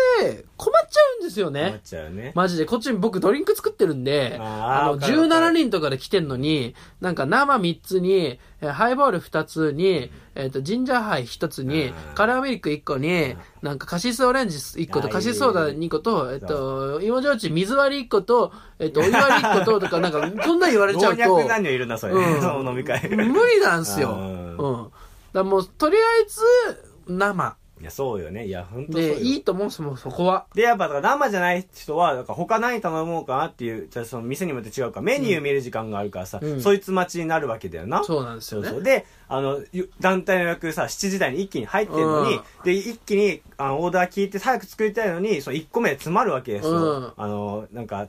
Speaker 2: 困っちゃうんですよ
Speaker 1: 困っ
Speaker 2: ね。
Speaker 1: ちゃうね。
Speaker 2: マジで。こっちに僕ドリンク作ってるんで、
Speaker 1: あー
Speaker 2: あの、
Speaker 1: わかるわかる
Speaker 2: 17人とかで来てんのに、なんか生3つに、えーハイボール2つに、えっ、と、ジンジャーハイ1つに
Speaker 1: あー、
Speaker 2: カラーミルク1個に、なんかカシスオレンジ1個と、
Speaker 1: あー
Speaker 2: カシスソーダ2個と、えっ、と、芋焼酎水割り1個と、えっ、と、お湯割り1個と、とか、なんか、そんなん言われちゃ
Speaker 1: 老
Speaker 2: うと
Speaker 1: 若、男女いるな、それ。
Speaker 2: うん
Speaker 1: その飲み会。
Speaker 2: 無理なんすよ。
Speaker 1: あ
Speaker 2: う
Speaker 1: ー
Speaker 2: ん。だからもう、とりあえず、生。
Speaker 1: いや、そうよね。いや、ほんとそうよ。
Speaker 2: で、いいと思うんですもうそこは。
Speaker 1: で、やっぱ、だから生じゃない人は、なんか他何頼もうかなっていう、じゃあその店にもよって違うから、メニュー見る時間があるからさ、
Speaker 2: うん
Speaker 1: そいつ待ちになるわけだよな。
Speaker 2: そうなんですよね
Speaker 1: そうそうで、あの、ゆ団体の予約さ、7時台に一気に入ってるのに、
Speaker 2: うん
Speaker 1: で、一気にあのオーダー聞いて早く作りたいのに、その1個目で詰まるわけですよ。
Speaker 2: うん
Speaker 1: あの、なんか、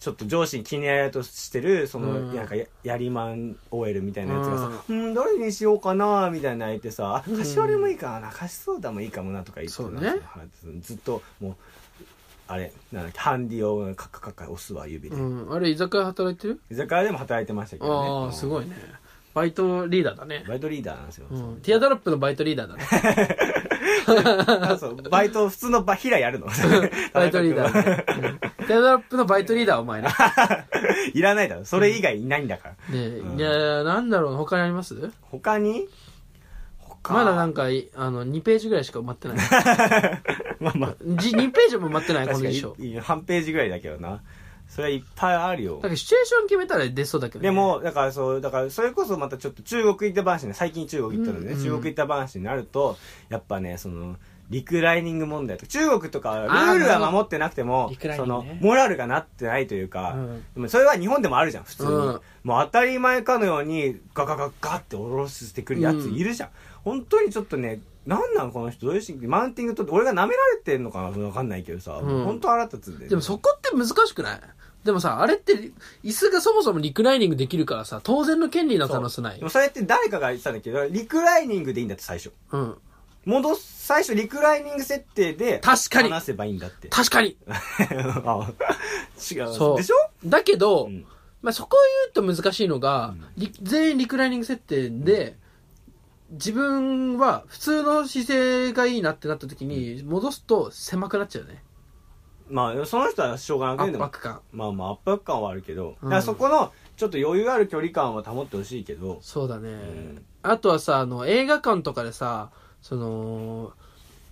Speaker 1: ちょっと上司に気にやられとしてる、その、
Speaker 2: うん
Speaker 1: なんかや、やりまん OL みたいなやつがさ、うん、どれにしようかな、みたいな言ってさ、あ、し割りもいいかな、貸しソーダもいいかもな、とか言って
Speaker 2: そうね
Speaker 1: なんか腹立つずっと、もう、あれ、なんだっけ、ハンディをカッカカッカ押すわ、指で。
Speaker 2: うん。あれ、居酒屋働いてる
Speaker 1: 居酒屋でも働いてましたけどね。
Speaker 2: ああ、す
Speaker 1: い。
Speaker 2: ごいね。バイトリーダーだね。
Speaker 1: バイトリーダーなんですよ。
Speaker 2: うん。ティアドロップのバイトリーダー だね。
Speaker 1: あそうバイト、普通のバヒラやるの
Speaker 2: バイトリーダーだね。うんティアドロップのバイトリーダーはお前ね。
Speaker 1: いらないだろ。それ以外いないんだから。
Speaker 2: ね
Speaker 1: うん
Speaker 2: いや、なんだろう、他にあります
Speaker 1: 他に他
Speaker 2: まだなんか、いあの、2ページぐらいしか埋まってない。
Speaker 1: まあまあ、
Speaker 2: じ2ページも埋まってない、こ
Speaker 1: 確
Speaker 2: の
Speaker 1: かに
Speaker 2: 衣装。
Speaker 1: いい半ページぐらいだけどな。それはいっぱいあるよ
Speaker 2: だか。らシチュエーション決めたら出そうだけどね。
Speaker 1: でも、だからそう、だからそれこそまたちょっと中国行った話ね、最近中国行ったのでね、
Speaker 2: うんうん
Speaker 1: 中国行った話になると、やっぱね、その、リクライニング問題とか、中国とかは
Speaker 2: あー
Speaker 1: ルール
Speaker 2: なるほ
Speaker 1: は
Speaker 2: ど
Speaker 1: 守ってなくても、
Speaker 2: リクライニ
Speaker 1: そ
Speaker 2: ングね
Speaker 1: の、モラルがなってないというか、
Speaker 2: うん
Speaker 1: でもそれは日本でもあるじゃん、普通に。
Speaker 2: うん
Speaker 1: もう当たり前かのように、ガガガガって下ろしてくるやついるじゃん。本当にちょっとね、なんなんこの人、どういう心理マウンティングとって、俺が舐められてんのかなわかんないけどさ、
Speaker 2: うん
Speaker 1: 本当腹立つんだよね
Speaker 2: でもそこって難しくないでもさ、あれって、椅子がそもそもリクライニングできるからさ、当然の権利の可能性な
Speaker 1: で
Speaker 2: い
Speaker 1: も。それって誰かが言ってたんだけど、リクライニングでいいんだって最初。
Speaker 2: うん。
Speaker 1: 戻す、最初リクライニング設定で、
Speaker 2: 確かに
Speaker 1: 話せばいいんだ って。
Speaker 2: 確かに
Speaker 1: あ違う。
Speaker 2: そう。
Speaker 1: でしょ
Speaker 2: だけど、
Speaker 1: うん
Speaker 2: まあ、そこを言うと難しいのが、リ全員リクライニング設定で、自分は普通の姿勢がいいなってなった時に、戻すと狭くなっちゃうね。
Speaker 1: まあ、その人はしょうがなく
Speaker 2: 圧
Speaker 1: てでも
Speaker 2: 迫感。
Speaker 1: まあまあ、圧迫感はあるけど、
Speaker 2: う
Speaker 1: だ
Speaker 2: ん
Speaker 1: からそこの、ちょっと余裕ある距離感は保ってほしいけど、
Speaker 2: そうだね。
Speaker 1: ん
Speaker 2: あとはさ、あの、映画館とかでさ、その、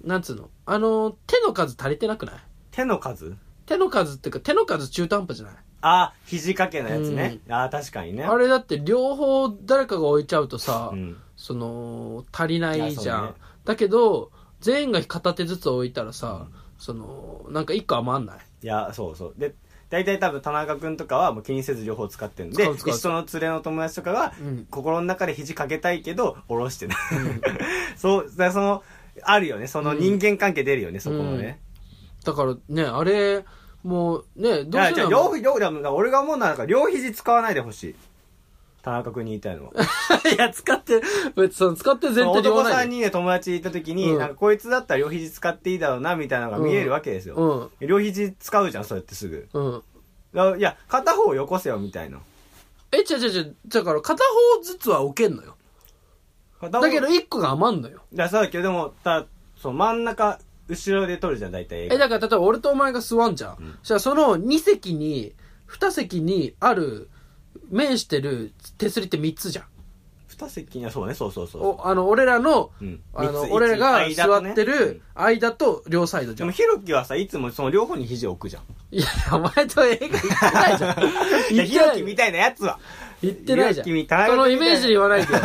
Speaker 2: なんつうの、あの、手の数足りてなくない
Speaker 1: 手の数
Speaker 2: 手の数っていうか、手の数中途半端じゃない
Speaker 1: あ、肘掛けのやつね。ああ、確かにね。
Speaker 2: あれだって両方誰かが置いちゃうとさ、
Speaker 1: うん。
Speaker 2: その足りない
Speaker 1: い
Speaker 2: じ
Speaker 1: や
Speaker 2: ゃ
Speaker 1: そう
Speaker 2: ん、
Speaker 1: ね
Speaker 2: だけど全員が片手ずつ置いたらさ、そのなんか一個余んない
Speaker 1: いや、そうそう。で、大体多分田中君とかはもう気にせず両方使ってるんで、
Speaker 2: 使う使う
Speaker 1: 一緒の連れの友達とかは、
Speaker 2: うん
Speaker 1: 心の中で肘掛けたいけど、下ろしてない。 そう、だからその、あるよね。その人間関係出るよね、そこのね。
Speaker 2: だからねあれもうね
Speaker 1: い
Speaker 2: どう
Speaker 1: や
Speaker 2: せ
Speaker 1: じゃあ
Speaker 2: な
Speaker 1: 両
Speaker 2: ら
Speaker 1: 肘、両、だから俺が思うのはなんか両肘使わないでほしい。田中君に言いたいのは。
Speaker 2: いや、使って、別にその使ってる前提で言わ
Speaker 1: 男
Speaker 2: な
Speaker 1: さ
Speaker 2: い
Speaker 1: ん
Speaker 2: で。
Speaker 1: にね、友達いた時に、
Speaker 2: うん
Speaker 1: なんかこいつだったら両肘使っていいだろうな、みたいなのが見えるわけですよ。
Speaker 2: うん。
Speaker 1: 両肘使うじゃん、そうやってすぐ。
Speaker 2: うん。
Speaker 1: だからいや、片方よこせよ、みたいな。
Speaker 2: え、違う違う違う。だから片方ずつは置けんのよ。
Speaker 1: 片方
Speaker 2: だけど一個が余んのよ。
Speaker 1: いや、そうだけど、でも、た、そう、真ん中、後ろで撮るじゃん、大体映画。
Speaker 2: え、だから例えば俺とお前が座んじゃん。そしたらその2席に、2席にある、面してる手すりって3つじゃん。
Speaker 1: 二席には、そうね、そうそうそう。
Speaker 2: おあの、俺らの、
Speaker 1: うん
Speaker 2: あの
Speaker 1: 三、つ
Speaker 2: 俺らが
Speaker 1: 一間と
Speaker 2: 座
Speaker 1: ね
Speaker 2: ってる間と両サイドじ
Speaker 1: で
Speaker 2: ゃん
Speaker 1: も、。ひろきはさ、いつもその両方に肘を置くじゃん。
Speaker 2: いや、お前と映画行ってないじゃん。
Speaker 1: いや、ひろ
Speaker 2: 行っ
Speaker 1: き
Speaker 2: てない
Speaker 1: みたいなやつは、
Speaker 2: 行ってないじゃん。
Speaker 1: ひろきみたいな
Speaker 2: そのイメージで言わないでよ。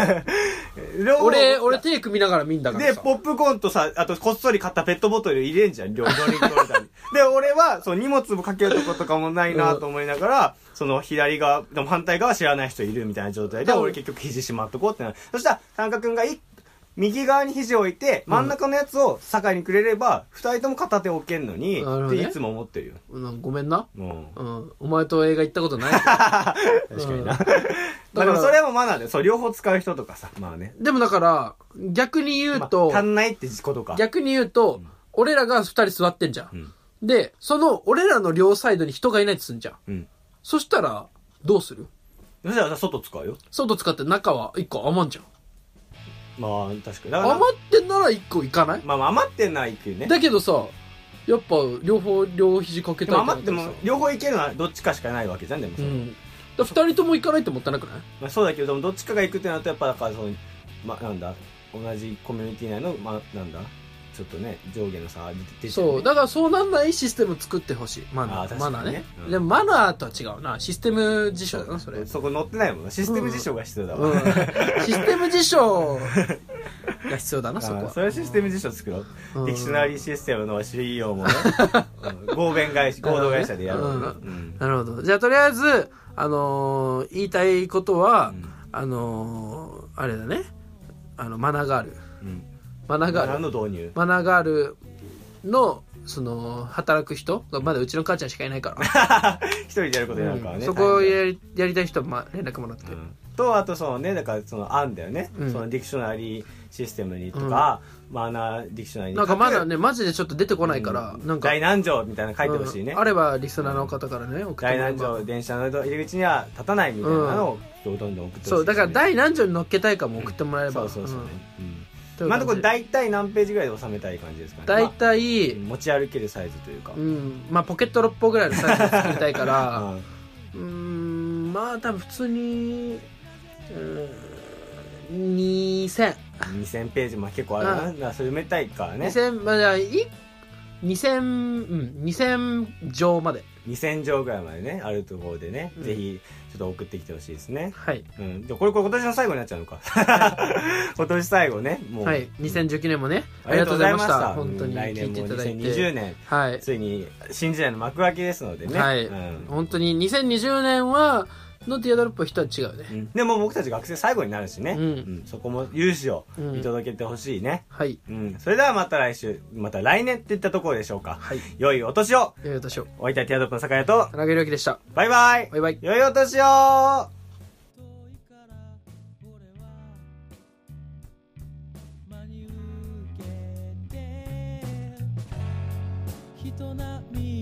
Speaker 1: 両方
Speaker 2: 俺、俺手組みながら見んだから
Speaker 1: で、
Speaker 2: さ。
Speaker 1: ポップコーンとさ、あと、こっそり買ったペットボトル入れんじゃん、両ドリンクホルダーに。で、俺は、そう、荷物もかけるとことかもないなと思いながら、その、左側、でも反対側知らない人いるみたいな状態で、
Speaker 2: うん
Speaker 1: 俺結局肘しまっとこうってなる。そしたら、田中くんがい、右側に肘を置いて、真ん中のやつを境にくれれば、二人とも片手置けんのに、
Speaker 2: なるほ
Speaker 1: っ
Speaker 2: ど
Speaker 1: て
Speaker 2: ね
Speaker 1: いつも思ってるよ。
Speaker 2: うんごめんな。
Speaker 1: うん。
Speaker 2: うん。お前と映画行ったことない け
Speaker 1: 確かにな。 ま
Speaker 2: ら
Speaker 1: あでもそれもマナーで、そう、両方使う人とかさ、まあね。
Speaker 2: ど。でもだから、逆に言
Speaker 1: まあ
Speaker 2: うと、
Speaker 1: 足んないってことか。
Speaker 2: 逆に言うと、俺らが二人座ってんじゃ。
Speaker 1: うんん。
Speaker 2: で、その、俺らの両サイドに人がいないとすんじゃん。
Speaker 1: うん。
Speaker 2: そしたら、どうする
Speaker 1: そしたらさ、外使うよ。
Speaker 2: 外使って中は一個余んじゃん。
Speaker 1: まあ、確かに。だから
Speaker 2: 余ってんなら一個いかない
Speaker 1: まあ、まあ余ってんのはいくよね。
Speaker 2: だけどさ、やっぱ両方、両肘かけ
Speaker 1: で
Speaker 2: たい
Speaker 1: も
Speaker 2: な
Speaker 1: 余って
Speaker 2: ったらさ
Speaker 1: も、両方いけるのはどっちかしかないわけじゃん、でも
Speaker 2: う
Speaker 1: それ、
Speaker 2: ん。だから二人とも行かないってもったいなくない
Speaker 1: まあ、そうだけど、でもどっちかが行くってなると、やっぱ、だから、その、まあ、なんだ、同じコミュニティ内の、まあ、なんだ、ちょっとね、上下の差出て出てる
Speaker 2: そう。
Speaker 1: ね
Speaker 2: だからそうなんないシステム作ってほしい。マナ
Speaker 1: あー
Speaker 2: ー。
Speaker 1: 確か
Speaker 2: マ
Speaker 1: にね
Speaker 2: ナーね
Speaker 1: う。ん
Speaker 2: でもマナーとは違うな。システム辞書だな、それ。うん。
Speaker 1: そこ乗ってないもんな。システム事象が必要だわ。
Speaker 2: システム辞書が必要だな、そ こ
Speaker 1: あ
Speaker 2: は。
Speaker 1: それはシステム辞書作ろう、
Speaker 2: うん
Speaker 1: ディクショナリーシステムの資料もね、うん合弁 会社合同会社でやろうな、うん
Speaker 2: なるほど。じゃあとりあえず、あのー言いたいことは、
Speaker 1: うん
Speaker 2: あのーあれだね。あの、マナーガール。
Speaker 1: うん、
Speaker 2: マナーガール
Speaker 1: 何。の導入
Speaker 2: マナーガールの、その、働く人が、まだうちの母ちゃんしかいないから。
Speaker 1: 一人でやることに なるからね、
Speaker 2: そこを
Speaker 1: 大変だ
Speaker 2: やりやりたい人は、まあ、連絡もらって。
Speaker 1: とあとそのねだからその案だよね、
Speaker 2: うん
Speaker 1: そのディクショナリーシステムにとか、マナーディクショナリーに
Speaker 2: なんか
Speaker 1: 書く
Speaker 2: まだね、マジでちょっと出てこないから、
Speaker 1: うん
Speaker 2: なんか。
Speaker 1: 大南城みたいなの書いてほしいね、
Speaker 2: うんあればリスナーの方からね、送っ
Speaker 1: 大
Speaker 2: てもらえ
Speaker 1: 南
Speaker 2: ば
Speaker 1: 城電車の入り口には立たないみたいなのをどんどん送ってほしいですね、
Speaker 2: そう、だから大何条に乗っけたいかも送ってもらえれば。
Speaker 1: そうそうそうね、
Speaker 2: う
Speaker 1: うん
Speaker 2: ん。
Speaker 1: まあとこれ
Speaker 2: だ
Speaker 1: 大体何ページぐらいで収めたい感じですかね
Speaker 2: 大
Speaker 1: ま
Speaker 2: 体
Speaker 1: あ、持ち歩けるサイズというか、
Speaker 2: うん、まあポケット6本ぐらいのサイズで作りたいから、
Speaker 1: うん
Speaker 2: うーん、まあ多分普通に、うーん、2000。
Speaker 1: 2000ページも結構あるな、だからそれ埋めたいからね
Speaker 2: 2000、まあじゃあ、い2000、うん、2000乗まで。
Speaker 1: 2000畳ぐらいまでねあるところでね、
Speaker 2: うん
Speaker 1: ぜひちょっと送ってきてほしいですね
Speaker 2: はい。
Speaker 1: うん、でこれこれ今年の最後になっちゃうのか 今年最後ねもう、
Speaker 2: はい。2019年もね、ありがとうございました。本当に
Speaker 1: うん来
Speaker 2: 聞
Speaker 1: 年
Speaker 2: いてい
Speaker 1: も
Speaker 2: ただい
Speaker 1: 2020
Speaker 2: て。
Speaker 1: 年
Speaker 2: はい。
Speaker 1: ついに新時代の幕開けですのでね、
Speaker 2: はい、
Speaker 1: うん
Speaker 2: 本当に2020年はのディアドロップとは違うね、
Speaker 1: うんでも僕たち学生最後になるしね、
Speaker 2: うん
Speaker 1: うんそこも勇姿を
Speaker 2: うん
Speaker 1: 見届けてほしいね、
Speaker 2: はい
Speaker 1: うん、それではまた来週また来年っていったところでしょうか、
Speaker 2: はい
Speaker 1: 良いお年を
Speaker 2: よいお年を
Speaker 1: おいたいティアドロップの酒屋と
Speaker 2: 田中裕樹でした
Speaker 1: バイバイ
Speaker 2: バイバイ
Speaker 1: 良いお年を
Speaker 4: 真に受けて人並み